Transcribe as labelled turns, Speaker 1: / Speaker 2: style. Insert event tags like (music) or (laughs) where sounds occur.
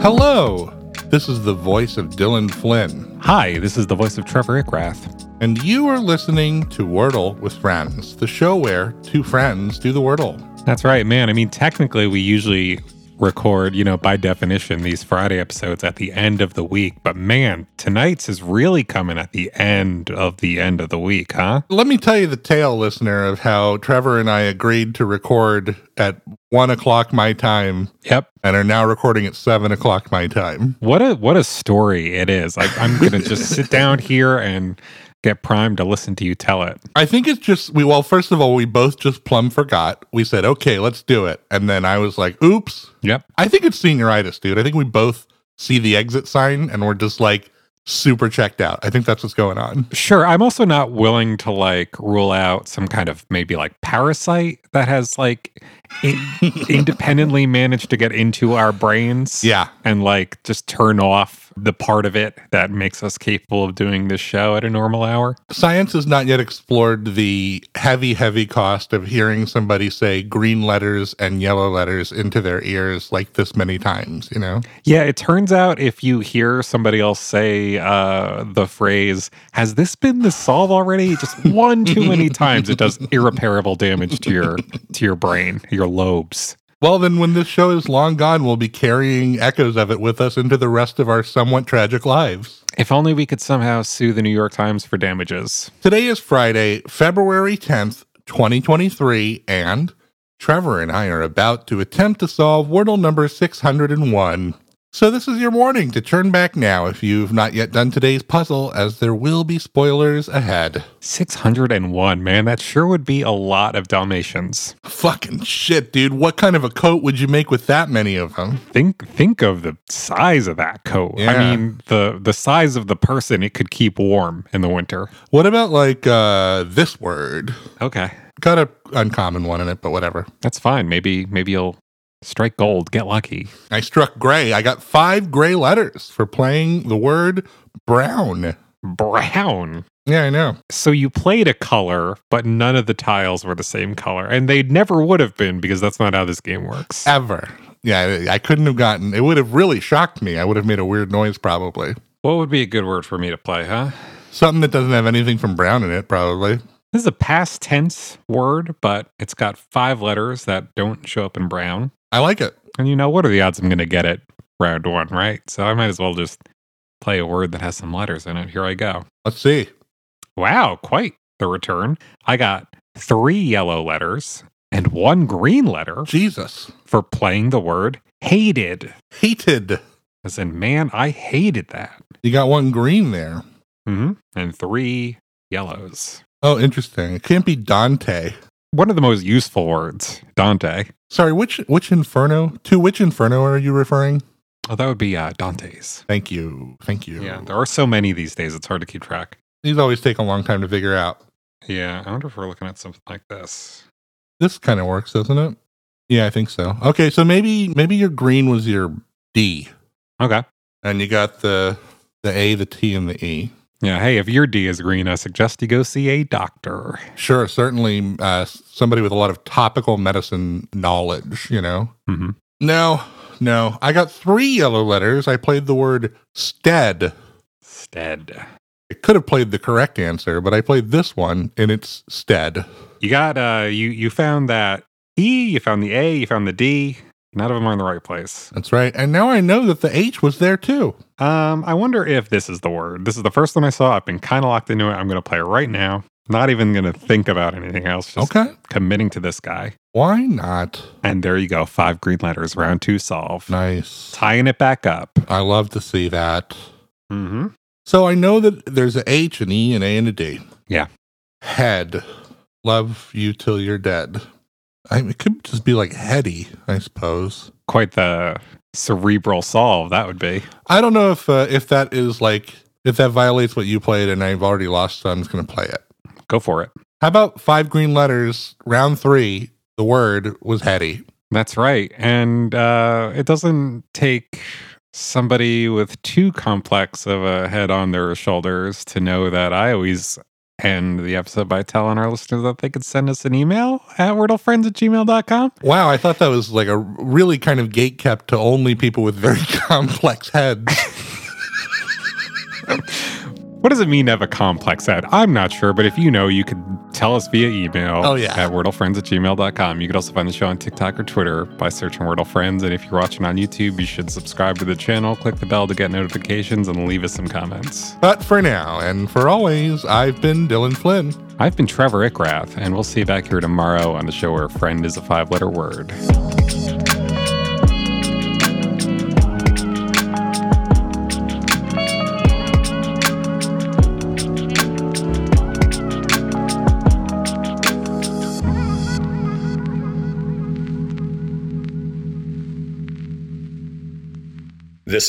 Speaker 1: Hello! This is the voice of Dylan Flynn,
Speaker 2: Hi, this is the voice of Trevor Ickrath.
Speaker 1: and you are listening to Wordle with Friends, the show where two friends do the Wordle.
Speaker 2: That's right, man. I mean, technically, we usually record, you know, by definition, these Friday episodes at the end of the week. But man, tonight's is really coming at the end of the end of the week, huh?
Speaker 1: Let me tell you the tale, listener, of how Trevor and I agreed to record at one o'clock my time
Speaker 2: Yep.
Speaker 1: and are now recording at seven o'clock my time.
Speaker 2: What a what a story it is. Like I'm gonna just sit down here and get primed to listen to you tell it.
Speaker 1: I think it's just we well, first of all, we both just plumb forgot. We said, okay, let's do it. And then I was like, oops.
Speaker 2: Yep.
Speaker 1: I think it's senioritis, dude. I think we both see the exit sign and we're just like super checked out. I think that's what's going on.
Speaker 2: Sure. I'm also not willing to like rule out some kind of maybe like parasite that has like in- independently managed to get into our brains.
Speaker 1: Yeah.
Speaker 2: And like just turn off the part of it that makes us capable of doing this show at a normal hour.
Speaker 1: Science has not yet explored the heavy, heavy cost of hearing somebody say green letters and yellow letters into their ears like this many times, you know?
Speaker 2: Yeah. It turns out if you hear somebody else say uh, the phrase, has this been the solve already? Just one too many times, it does irreparable damage to your to your brain, your lobes.
Speaker 1: Well, then when this show is long gone, we'll be carrying echoes of it with us into the rest of our somewhat tragic lives.
Speaker 2: If only we could somehow sue the New York Times for damages.
Speaker 1: Today is Friday, February 10th, 2023, and Trevor and I are about to attempt to solve Wordle number 601. So, this is your warning to turn back now if you've not yet done today's puzzle, as there will be spoilers ahead.
Speaker 2: 601, man, that sure would be a lot of Dalmatians.
Speaker 1: Fucking shit, dude. What kind of a coat would you make with that many of them?
Speaker 2: Think think of the size of that coat.
Speaker 1: Yeah.
Speaker 2: I mean, the the size of the person it could keep warm in the winter.
Speaker 1: What about, like, uh, this word?
Speaker 2: Okay.
Speaker 1: Got a uncommon one in it, but whatever.
Speaker 2: That's fine. Maybe maybe you'll strike gold, get lucky.
Speaker 1: I struck gray. I got five gray letters for playing the word brown.
Speaker 2: Brown.
Speaker 1: Yeah, I know.
Speaker 2: So you played a color, but none of the tiles were the same color, and they never would have been because that's not how this game works.
Speaker 1: ever. Yeah, I I couldn't have gotten. It would have really shocked me. I would have made a weird noise probably.
Speaker 2: What would be a good word for me to play, huh?
Speaker 1: Something that doesn't have anything from brown in it probably.
Speaker 2: This is a past tense word, but it's got five letters that don't show up in brown.
Speaker 1: I like it.
Speaker 2: And you know, what are the odds I'm going to get it round one, right? So I might as well just play a word that has some letters in it. Here I go.
Speaker 1: Let's see.
Speaker 2: Wow, quite the return. I got three yellow letters and one green letter
Speaker 1: Jesus.
Speaker 2: for playing the word hated.
Speaker 1: Hated.
Speaker 2: As in, man, I hated that.
Speaker 1: You got one green there.
Speaker 2: hmm And three yellows.
Speaker 1: Oh, interesting. It can't be Dante.
Speaker 2: One of the most useful words, Dante.
Speaker 1: Sorry, which which inferno? To which inferno are you referring?
Speaker 2: Oh, that would be uh, Dante's.
Speaker 1: Thank you. Thank you.
Speaker 2: Yeah, there are so many these days, it's hard to keep track.
Speaker 1: These always take a long time to figure out.
Speaker 2: Yeah, I wonder if we're looking at something like this.
Speaker 1: This kind of works, doesn't it? Yeah, I think so. Okay, so maybe maybe your green was your D
Speaker 2: Okay.
Speaker 1: and you got the the A, the T and the E.
Speaker 2: Yeah, hey, if your D is green, I suggest you go see a doctor.
Speaker 1: Sure, certainly uh, somebody with a lot of topical medicine knowledge, you know?
Speaker 2: Mhm.
Speaker 1: No, no. I got three yellow letters. I played the word stead.
Speaker 2: Stead.
Speaker 1: I could have played the correct answer, but I played this one in its stead.
Speaker 2: You got uh you you found that E, you found the A, you found the D. None of them are in the right place.
Speaker 1: That's right. And now I know that the H was there too.
Speaker 2: Um, I wonder if this is the word. This is the first one I saw. I've been kind of locked into it. I'm gonna play it right now. Not even gonna think about anything else. Just
Speaker 1: Okay.
Speaker 2: committing to this guy.
Speaker 1: Why not?
Speaker 2: And there you go. Five green letters. Round two solve.
Speaker 1: Nice.
Speaker 2: Tying it back up.
Speaker 1: I love to see that.
Speaker 2: Mm-hmm.
Speaker 1: So I know that there's a H, an E, an A, and a D.
Speaker 2: Yeah.
Speaker 1: Head. Love you till you're dead. I mean, it could just be like heady, I suppose.
Speaker 2: quite the cerebral solve that would be.
Speaker 1: I don't know if uh, if that is like if that violates what you played, and I've already lost, so I'm just gonna play it.
Speaker 2: Go for it.
Speaker 1: How about five green letters? Round three. The word was heady.
Speaker 2: That's right. And uh, it doesn't take somebody with too complex of a head on their shoulders to know that I always end the episode by telling our listeners that they could send us an email at wordlefriends at gmail.com.
Speaker 1: Wow, I thought that was like a really kind of gate kept to only people with very (laughs) complex heads.
Speaker 2: What does it mean to have a complex head? I'm not sure, but if you know, you could tell us via email
Speaker 1: Oh, yeah.
Speaker 2: at wordlefriends at gmail.com. You could also find the show on TikTok or Twitter by searching Wordle Friends. And if you're watching on YouTube, you should subscribe to the channel, click the bell to get notifications, and leave us some comments.
Speaker 1: but for now and for always, I've been Dylan Flynn.
Speaker 2: I've been Trevor Ickrath, and we'll see you back here tomorrow on the show where friend is a five letter word.
Speaker 3: This